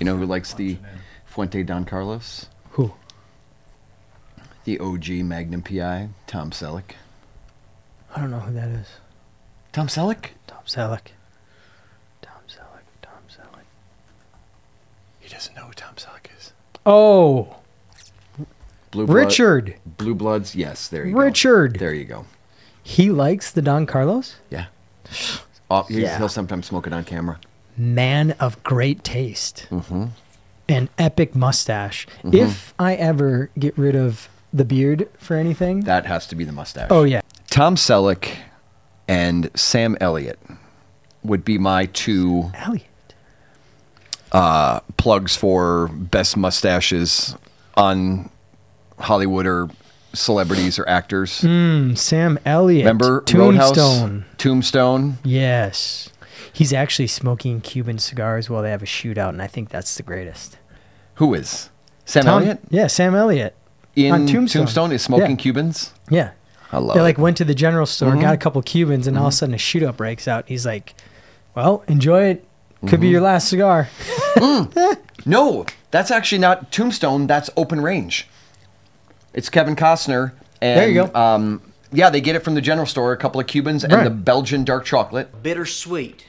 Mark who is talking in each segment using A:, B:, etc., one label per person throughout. A: know who likes the Fuente Don Carlos?
B: Who?
A: The OG Magnum PI, Tom Selleck.
B: I don't know who that is.
A: Tom Selleck?
B: Tom Selleck. Tom Selleck. Tom Selleck.
C: He doesn't know who Tom Selleck is.
B: Oh,
A: Blue Blood-
B: Richard.
A: Blue Bloods. Yes, there you
B: Richard.
A: go. There you go.
B: He likes the Don Carlos.
A: Yeah. Oh, he's-
B: Yeah.
A: He'll sometimes smoke it on camera.
B: Man of great taste.
A: Mm-hmm.
B: An epic mustache. If I ever get rid of the beard for anything.
A: That has to be the mustache.
B: oh yeah.
A: Tom Selleck and Sam Elliott would be my two
B: Elliot.
A: plugs for best mustaches on Hollywood or celebrities or actors.
B: Mm, Sam Elliott.
A: Remember
B: Tombstone.
A: Roadhouse? Tombstone.
B: Yes. He's actually smoking Cuban cigars while they have a shootout, and I think that's the greatest.
A: Who is Sam
B: Tom-
A: Elliott
B: Yeah, Sam Elliott.
A: in
B: on Tombstone.
A: is smoking
B: Yeah.
A: Cubans?
B: Yeah.
A: I love
B: They
A: it. Mm-hmm.
B: like went to the general store, got a couple Cubans, and all of a sudden a shootout breaks out. He's like, "Well, enjoy it. Could
A: Mm-hmm.
B: be your last cigar."
A: No, that's actually not Tombstone. That's Open Range. It's Kevin Costner. And,
B: There you go.
A: Um, yeah, they get it from the general store. A couple of Cubans and
B: Right.
A: the Belgian dark chocolate,
D: Bittersweet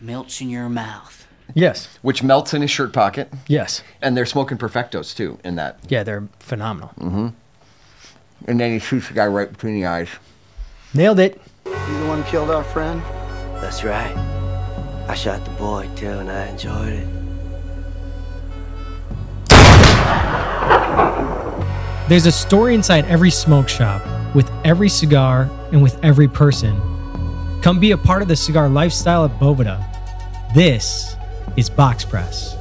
D: melts in your mouth.
B: Yes.
A: which melts in his shirt pocket.
B: Yes.
A: And they're smoking perfectos too in that.
B: Yeah, they're phenomenal.
A: Mm-hmm. And then he shoots the guy right between the eyes.
B: Nailed it.
E: You the one killed our friend?
F: That's right. I shot the boy too, and I enjoyed it.
G: There's a story inside every smoke shop, with every cigar, and with every person. Come be a part of the cigar lifestyle at Boveda. This is Box Press.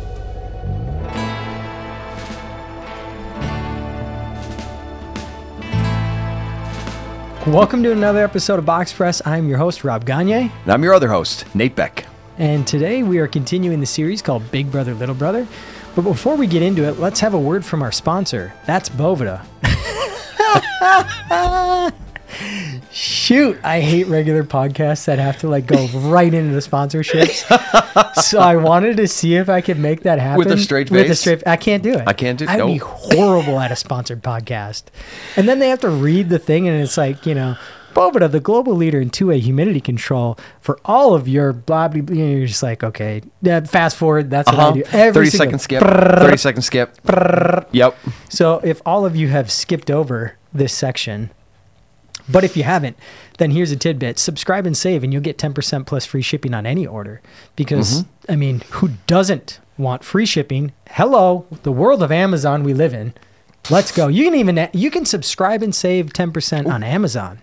B: Welcome to another episode of Box Press. I'm your host Rob Gagne,
A: And I'm your other host, Nate Beck.
B: and today we are continuing the series called Big Brother Little Brother. But before we get into it, let's have a word from our sponsor. That's Boveda. Shoot, I hate regular podcasts that have to like go right into the sponsorships. so I wanted to see if I could make that happen
A: With a straight
B: With a
A: face?
B: straight, I can't do it.
A: I can't do-
B: I'd be
A: nope.
B: horrible at a sponsored podcast. And then they have to read the thing, and it's like you know, Boveda, the global leader in two-way humidity control for all of your blah blah. blah. You're just like, okay, yeah, fast forward. That's what I do. Every
A: 30
B: single-
A: second Uh-huh. skip. 30 second skip. Yep.
B: so if all of you have skipped over this section, but if you haven't, then here's a tidbit. Subscribe and save and you'll get 10% plus free shipping on any order because I mean, who doesn't want free shipping? Hello, the world of Amazon we live in. Let's go. You can even you can subscribe and save 10% on Amazon.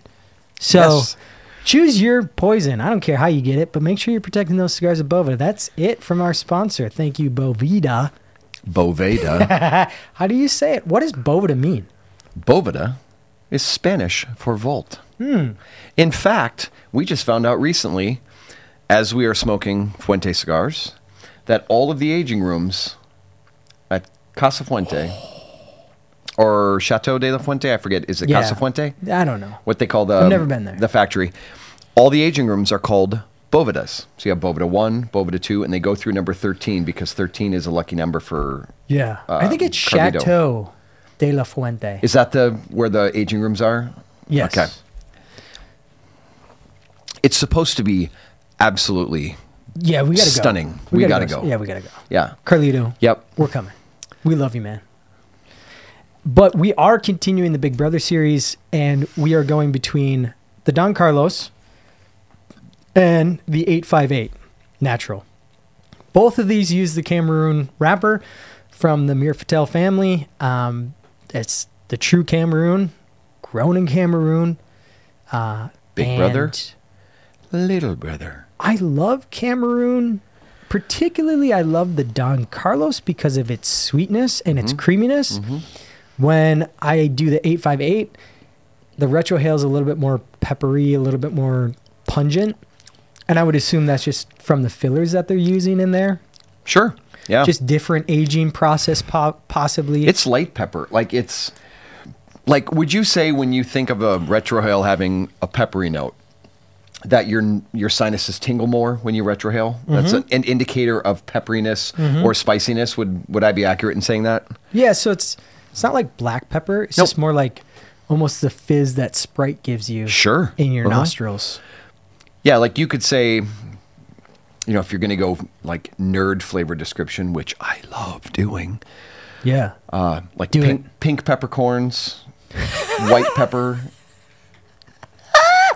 B: So
A: Yes.
B: Choose your poison. I don't care how you get it, but make sure you're protecting those cigars at Boveda. That's it from our sponsor. Thank you, Boveda.
A: Boveda.
B: How do you say it? What does Boveda mean?
A: Boveda is Spanish for vault.
B: Hmm.
A: In fact, we just found out recently, as we are smoking Fuente cigars, that all of the aging rooms at Casa Fuente or Chateau de la Fuente, I forget, is it
B: Yeah.
A: Casa Fuente?
B: I don't know.
A: What they call the
B: I've never been there.
A: the factory. All the aging rooms are called Bovedas. So you have Boveda 1, Boveda 2, and they go through number 13 because 13 is a lucky number for
B: Yeah. I think it's
A: Uh, Carlito.
B: Chateau de la Fuente.
A: Is that the where the aging rooms are?
B: yes.
A: Okay. It's supposed to be absolutely.
B: Yeah, we gotta go.
A: Stunning. We gotta go.
B: Yeah, we gotta go.
A: Yeah.
B: Carlito.
A: Yep.
B: We're coming. We love you, man. But we are continuing the Big Brother series, and we are going between the Don Carlos and the 858 Natural. Both of these use the Cameroon wrapper from the Mir Fatel family. Um, it's the true Cameroon, grown in Cameroon. Uh,
A: Big Brother?
B: and
A: Little brother.
B: I love Cameroon. Particularly, I love the Don Carlos because of its sweetness and
A: Mm-hmm.
B: its creaminess. When I do the 858, the retro hail is a little bit more peppery, a little bit more pungent. And I would assume that's just from the fillers that they're using in there.
A: Sure. Yeah.
B: Just different aging process, po- possibly.
A: Oh. it's light pepper. Like it's like would you say when you think of a retrohale having a peppery note that your your sinuses tingle more when you retrohale. That's an,
B: Mm-hmm.
A: an indicator of pepperiness or spiciness. Would would I be accurate in saying that?
B: Yeah, so it's it's not like black pepper. It's
A: Nope.
B: just more like almost the fizz that Sprite gives you.
A: Sure.
B: In your
A: Uh-huh.
B: nostrils.
A: Yeah, like you could say, you know, if you're going to go like nerd flavor description, which I love doing,
B: Yeah.
A: uh, like
B: Do
A: pink, pink peppercorns, white pepper,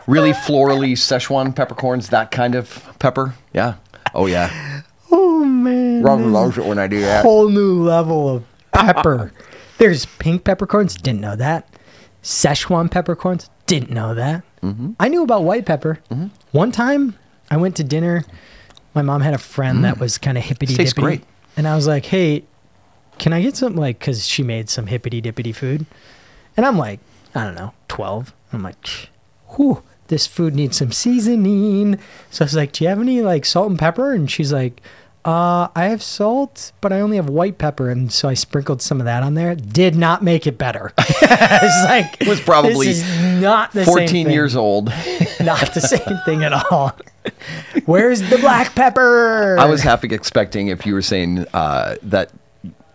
A: really florally Szechuan peppercorns, that kind of pepper. Yeah. Oh yeah.
B: Oh man.
A: Ron loves it when I do that.
B: Whole new level of pepper. There's pink peppercorns. Didn't know that. Szechuan peppercorns. Didn't know that. I knew about white pepper. One time, I went to dinner. My mom had a friend that was kind of hippity
A: Tastes
B: dippity,
A: great.
B: and I was like, "Hey, can I get some like?" Because she made some hippity dippity food, and I'm like, I don't know, twelve. I'm like, whew, this food needs some seasoning. So I was like, Do you have any like salt and pepper? And she's like, Uh, I have salt, but I only have white pepper. And so I sprinkled some of that on there. Did not make it better. it's like
A: Was probably
B: this is not the same
A: 14
B: thing.
A: years old.
B: not the same thing at all. Where's the black pepper?
A: I was half expecting if you were saying uh, that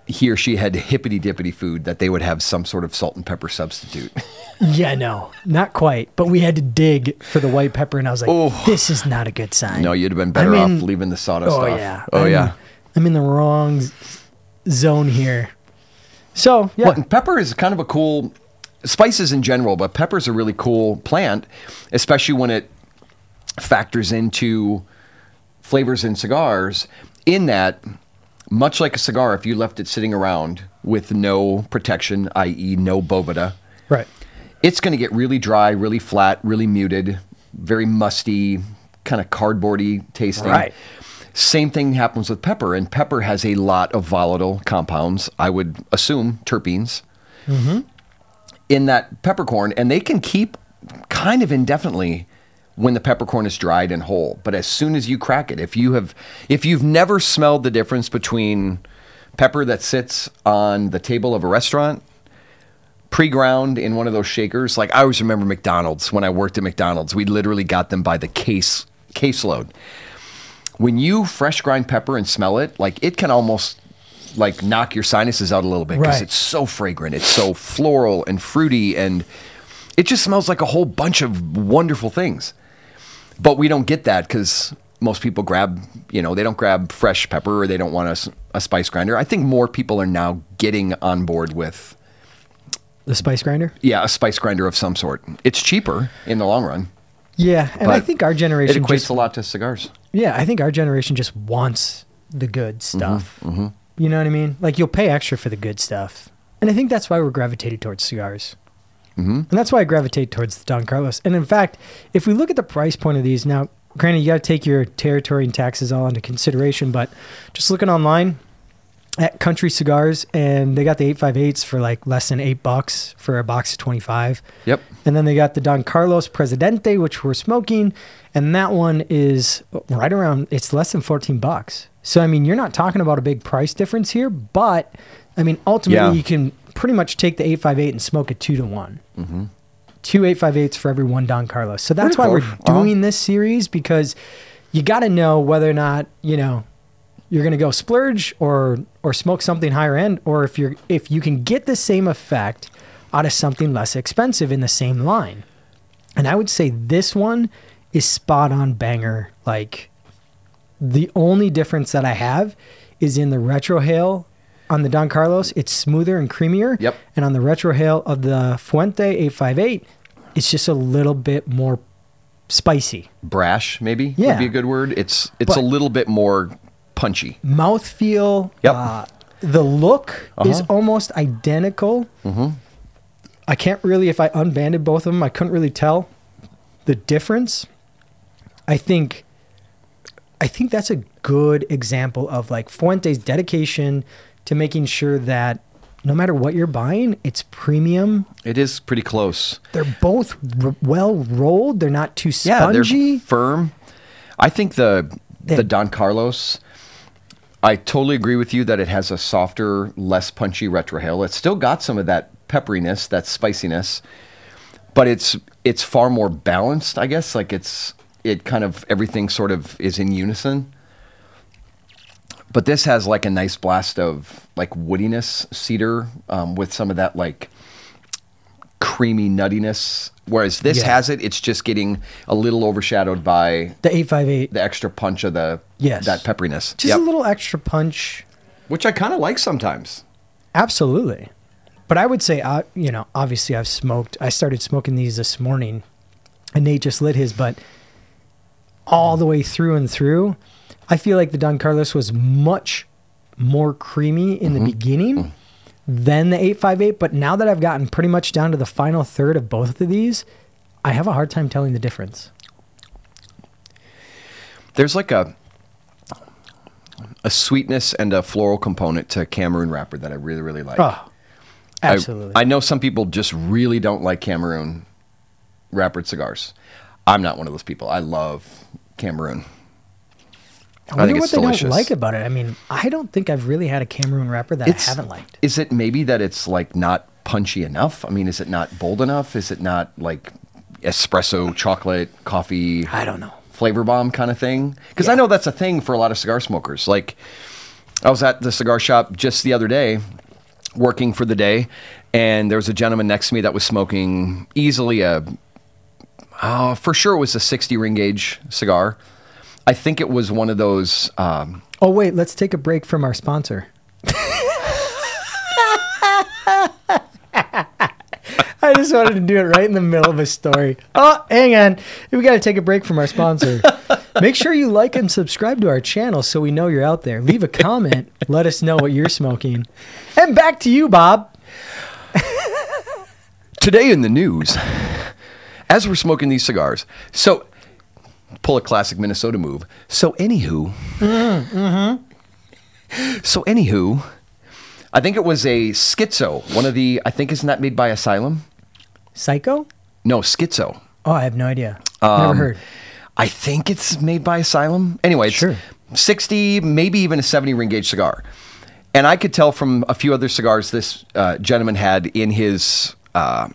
A: he or she had hippity dippity food that they would have some sort of salt and pepper substitute.
B: yeah, no, not quite. But we had to dig for the white pepper, and I was like,
A: Oh.
B: this is not a good sign.
A: No, you'd have been better
B: I mean-
A: off leaving the sawdust
B: Oh
A: off.
B: yeah.
A: Oh
B: I'm,
A: yeah.
B: I'm in the wrong z- zone here. So yeah,
A: Well, and pepper is kind of a cool spices in general, but pepper's a really cool plant, especially when it factors into flavors in cigars. In that, much like a cigar, if you left it sitting around with no protection, i.e., no bovida,
B: right.
A: it's going to get really dry, really flat, really muted, very musty, kind of cardboardy tasting.
B: Right.
A: Same thing happens with pepper, and pepper has a lot of volatile compounds. I would assume terpenes in that peppercorn, and they can keep kind of indefinitely when the peppercorn is dried and whole. But as soon as you crack it, if you have if you've never smelled the difference between pepper that sits on the table of a restaurant pre-ground in one of those shakers, like I always remember McDonald's when I worked at McDonald's, we literally got them by the case caseload. When you fresh grind pepper and smell it, like it can almost like knock your sinuses out a little bit because
B: Right.
A: it's so fragrant. It's so floral and fruity, and it just smells like a whole bunch of wonderful things. But we don't get that because most people grab, you know, they don't grab fresh pepper or they don't want a s a a spice grinder. I think more people are now getting on board with,
B: The spice grinder.
A: yeah, a spice grinder of some sort. It's cheaper in the long run.
B: Yeah, and I
A: but
B: think our
A: It
B: generation
A: equates
B: just
A: a lot to cigars.
B: yeah, I think our generation just wants the good stuff. You know what I mean? Like you'll pay extra for the good stuff, and I think that's why we're gravitated towards cigars. And that's why I gravitate towards the Don Carlos. And in fact, if we look at the price point of these now, granted, you got to take your territory and taxes all into consideration, but just looking online at Country Cigars, and they got the 858s for like less than eight bucks for a box of 25.
A: Yep.
B: And then they got the Don Carlos Presidente, which we're smoking, and that one is right around, it's less than 14 bucks. So, I mean, you're not talking about a big price difference here, but I mean, ultimately,
A: Yeah.
B: you can pretty much take the 858 and smoke it two to one two eight five eights for every one Don Carlos. So that's why
A: Pretty
B: we're
A: close. Uh-huh.
B: doing this series because you got to know whether or not you know you're going to go splurge or or smoke something higher end, or if you're if you can get the same effect out of something less expensive in the same line. And I would say this one is spot on banger. Like the only difference that I have is in the retrohale on the Don Carlos, it's smoother and creamier.
A: Yep.
B: And on the retrohale of the Fuente 858, it's just a little bit more spicy.
A: Brash, maybe
B: Yeah.
A: would be a good word. It's it's a
B: But-
A: little bit more punchy.
B: Mouthfeel,
A: Yep. Uh-huh.
B: uh, the look is almost identical. Mm-hmm. I can't really, if I unbanded both of them, I couldn't really tell the difference. I think I think that's a good example of like Fuente's dedication to making sure that no matter what you're buying, it's premium.
A: It is pretty close.
B: They're both r- well rolled. They're not too
A: Yeah,
B: spongy.
A: they're firm. I think the
B: They-
A: the Don Carlos. I totally agree with you that it has a softer, less punchy retrohale. It's still got some of that pepperiness, that spiciness, but it's it's far more balanced. I guess like it's it kind of everything sort of is in unison. But this has like a nice blast of like woodiness, cedar, um, with some of that like creamy nuttiness. Whereas this
B: Yeah.
A: has it, it's just getting a little overshadowed by
B: The 858.
A: the extra punch of the
B: Yes.
A: that pepperiness.
B: Just
A: Yep.
B: a little extra punch.
A: which I kind of like sometimes.
B: Absolutely. But I would say, uh, you know, obviously I've smoked. I started smoking these this morning, and Nate just lit his. But all the way through and through, I feel like the Don Carlos was much more creamy in
A: Mm-hmm.
B: the
A: Mm.
B: beginning than the 858. But now that I've gotten pretty much down to the final third of both of these, I have a hard time telling the difference.
A: There's like a a sweetness and a floral component to Cameroon wrapper that I really really like.
B: Oh,
A: I-
B: absolutely.
A: I, know some people just really don't like Cameroon wrappered cigars. I'm not one of those people. I love Cameroon.
B: I wonder
A: think
B: what
A: it's
B: they
A: delicious.
B: don't like about it. I mean, I don't think I've really had a Cameroon wrapper that I haven't liked.
A: Is it maybe that it's like not punchy enough? I mean, is it not bold enough? Is it not like espresso, chocolate, coffee?
B: I don't know.
A: flavor bomb kind of thing? Because I know that's a thing for a lot of cigar smokers. Like, I was at the cigar shop just the other day, working for the day, and there was a gentleman next to me that was smoking easily a, oh, for sure it was a 60 ring gauge cigar. I think it was one of those. Um,
B: Oh wait, let's take a break from our sponsor. I just wanted to do it right in the middle of a story. Oh, hang on. We got to take a break from our sponsor. Make sure you like and subscribe to our channel so we know you're out there. Leave a comment. Let us know what you're smoking. And back to you, Bob.
A: Today in the news, as we're smoking these cigars, so pull a classic Minnesota move. So anywho, so anywho, I think it was a schizo. One of the I think isn't that made by Asylum?
B: Psycho?
A: No, schizo.
B: Oh, I have no idea. Never heard.
A: Um, I think it's made by Asylum. Anyway, it's
B: Sure.
A: 60, maybe even a 70 ring gauge cigar. And I could tell from a few other cigars this uh, gentleman had in his uh,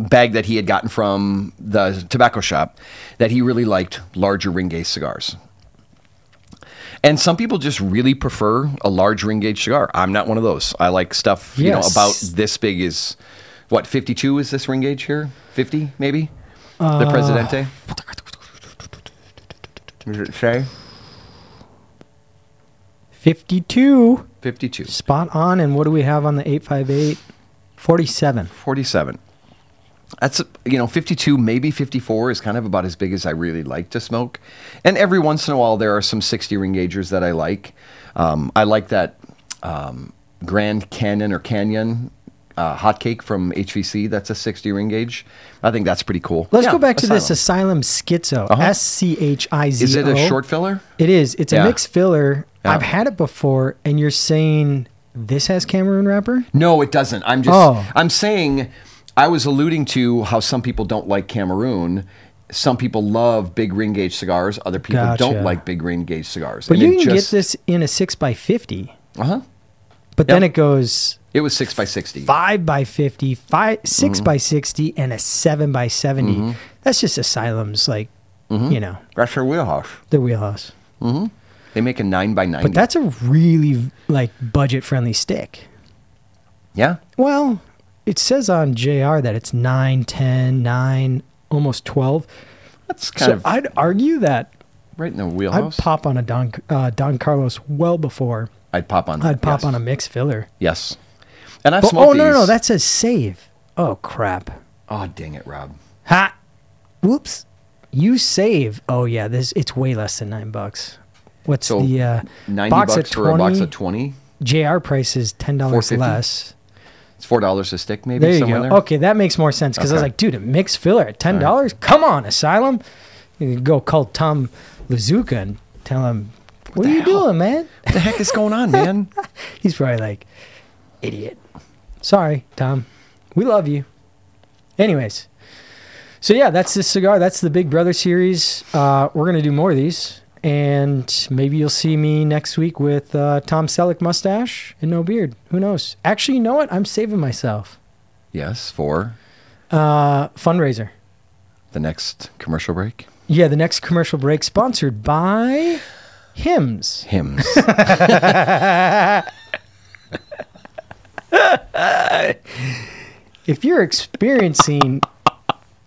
A: bag that he had gotten from the tobacco shop that he really liked larger ring gauge cigars. And some people just really prefer a large ring gauge cigar. I'm not one of those. I like stuff, you know,
B: Yes.
A: about this big is what, 52 is this ring gauge here? 50 maybe? the Presidente? What did it say?
B: 52.
A: 52.
B: Spot on. And what do we have on the 858? 47.
A: 47. That's, you know, 52, maybe 54 is kind of about as big as I really like to smoke. And every once in a while, there are some 60 ring gaugers that I like. Um, I like that um, Grand Canyon or Canyon uh, hotcake from HVC. That's a 60 ring gauge. I think that's pretty cool.
B: Let's
A: Yeah,
B: go back to this
A: Asylum.
B: Asylum Schizo.
A: Uh-huh.
B: S C H I Z O.
A: Is it a short filler?
B: It is. It's
A: Yeah.
B: a mixed filler.
A: Yeah.
B: I've had it before, and you're saying this has Cameroon wrapper?
A: No, it doesn't. I'm just
B: Oh.
A: I'm saying I was alluding to how some people don't like Cameroon. Some people love big ring gauge cigars. Other people don't
B: Gotcha.
A: like big ring gauge cigars.
B: But you can get this in a six by fifty.
A: Uh huh.
B: But then
A: Yep.
B: it goes
A: It was six by sixty.
B: five by fifty, five six
A: Mm-hmm.
B: by sixty, and a seven by 70 That's just Asylum's like
A: Mm-hmm.
B: you know,
A: That's their wheelhouse.
B: their wheelhouse.
A: They make a nine by nine.
B: But that's a really like budget friendly stick.
A: yeah.
B: Well, it says on JR that it's 9, 10, 9, almost 12.
A: That's kind
B: So
A: of
B: I'd argue that
A: right in the
B: I'd
A: wheelhouse.
B: pop on a Don, uh, Don Carlos well before
A: I'd pop on.
B: I'd
A: that,
B: pop
A: yes.
B: on a mix filler.
A: Yes. And I've
B: But,
A: smoked
B: oh, no, no, no,
A: these.
B: that says save. Oh, crap.
A: Oh dang it, Rob.
B: Ha! Whoops. You save. Oh, yeah, this it's way less than nine bucks. What's
A: So,
B: the uh,
A: Ninety
B: box
A: bucks
B: of
A: for
B: 20?
A: a box of twenty.
B: JR price is $10
A: $4.50?
B: less.
A: It's four dollars a stick, maybe
B: There you
A: somewhere
B: go.
A: there.
B: Okay, that makes more sense because I was
A: Okay.
B: like, dude, a mixed filler at ten dollars? Come on, Asylum. You can go call Tom Lazuka and tell him, "What, are
A: the
B: you
A: hell?
B: doing, man?"
A: What the heck is going on, man?
B: He's probably like, "Idiot." Sorry, Tom. We love you. Anyways, so yeah, that's this cigar. That's the Big Brother series. Uh, we're gonna do more of these, and maybe you'll see me next week with uh, Tom Selleck mustache and no beard. Who knows? Actually, you know what? I'm saving myself.
A: yes, for
B: Uh, fundraiser.
A: the next commercial break.
B: Yeah, the next commercial break sponsored by Hims.
A: Hymns.
B: If you're experiencing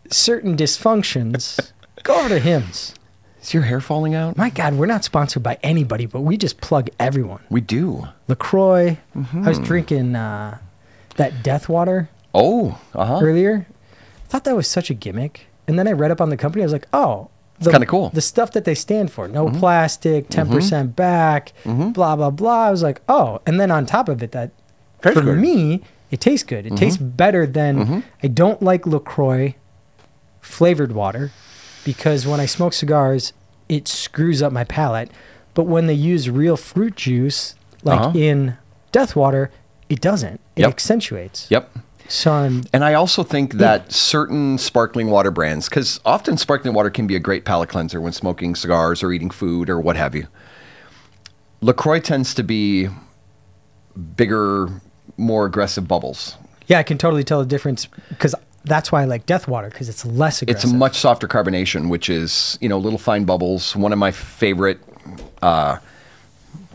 B: certain dysfunctions, go over to Hims.
A: Is your hair falling out?
B: My God, we're not sponsored by anybody, but we just plug everyone.
A: We do.
B: LaCroix. I was drinking uh, that death water
A: Oh, uh huh.
B: earlier. I thought that was such a gimmick. And then I read up on the company. I was like, oh, the-
A: kinda cool. Mm-hmm.
B: The stuff that they stand for no plastic, 10% percent back, blah, blah, blah. I was like, oh. And then on top of it, that for
A: good.
B: me, it tastes good.
A: Mm-hmm.
B: It tastes better than I don't like LaCroix flavored water because when I smoke cigars, it screws up my palate. But when they use real fruit juice, like
A: Uh-huh.
B: in Death Water, it doesn't. It
A: Yep.
B: accentuates.
A: Yep.
B: So I'm
A: And I also think that certain sparkling water brands, because often sparkling water can be a great palate cleanser when smoking cigars or eating food or what have you. LaCroix tends to be bigger, more aggressive bubbles.
B: Yeah, I can totally tell the difference because that's why I like Death Water because it's less
A: It's
B: aggressive.
A: a much softer carbonation, which is, you know, little fine bubbles. One of my favorite uh,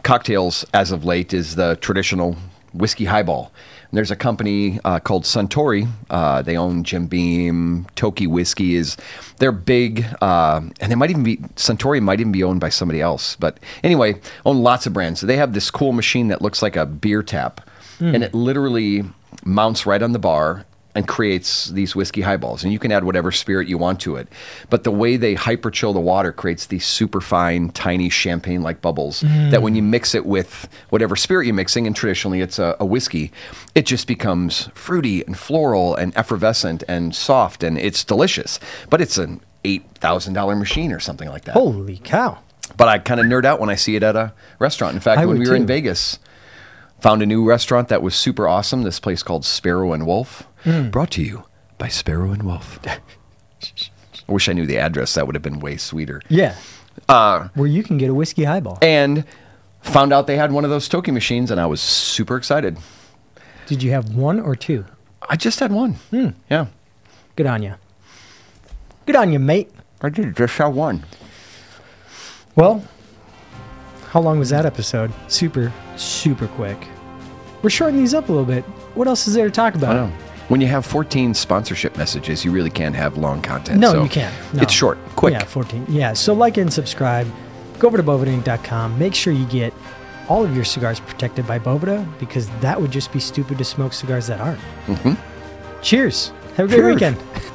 A: cocktails as of late is the traditional whiskey highball. And there's a company uh, called Suntory. Uh, they own Jim Beam. Toki Whiskey is they're big, uh, and they might even be Suntory might even be owned by somebody else. But anyway, own lots of brands. So they have this cool machine that looks like a beer tap, and it literally mounts right on the bar and creates these whiskey highballs. And you can add whatever spirit you want to it. But the way they hyper chill the water creates these super fine, tiny champagne like bubbles that when you mix it with whatever spirit you're mixing, and traditionally it's a, a whiskey, it just becomes fruity and floral and effervescent and soft and it's delicious. But it's an $8,000 machine or something like that.
B: Holy cow!
A: But I kind of nerd out when I see it at a restaurant. In fact,
B: I
A: when
B: would
A: we were in
B: too.
A: Vegas, found a new restaurant that was super awesome. This place called Sparrow and Wolf,
B: Hmm.
A: brought to you by Sparrow and Wolf. I wish I knew the address. That would have been way sweeter. Uh,
B: Yeah, where you can get a whiskey highball.
A: And found out they had one of those Toki machines, and I was super excited.
B: Did you have one or two?
A: I just had one.
B: Hmm.
A: Yeah,
B: Good on you. Good on you, mate.
A: I did. Just had one.
B: Well, how long was that episode? Super, super quick. We're shortening these up a little bit. What else is there to talk
A: I
B: about?
A: know. When you have 14 sponsorship messages, you really can't have long content.
B: No,
A: so
B: you can't. No.
A: It's short, quick.
B: Yeah, 14. Yeah, so like and subscribe. Go over to bovidinc.com. Make sure you get all of your cigars protected by Bovida because that would just be stupid to smoke cigars that aren't. Mm-hmm. Cheers. Have a great
A: Cheers.
B: weekend.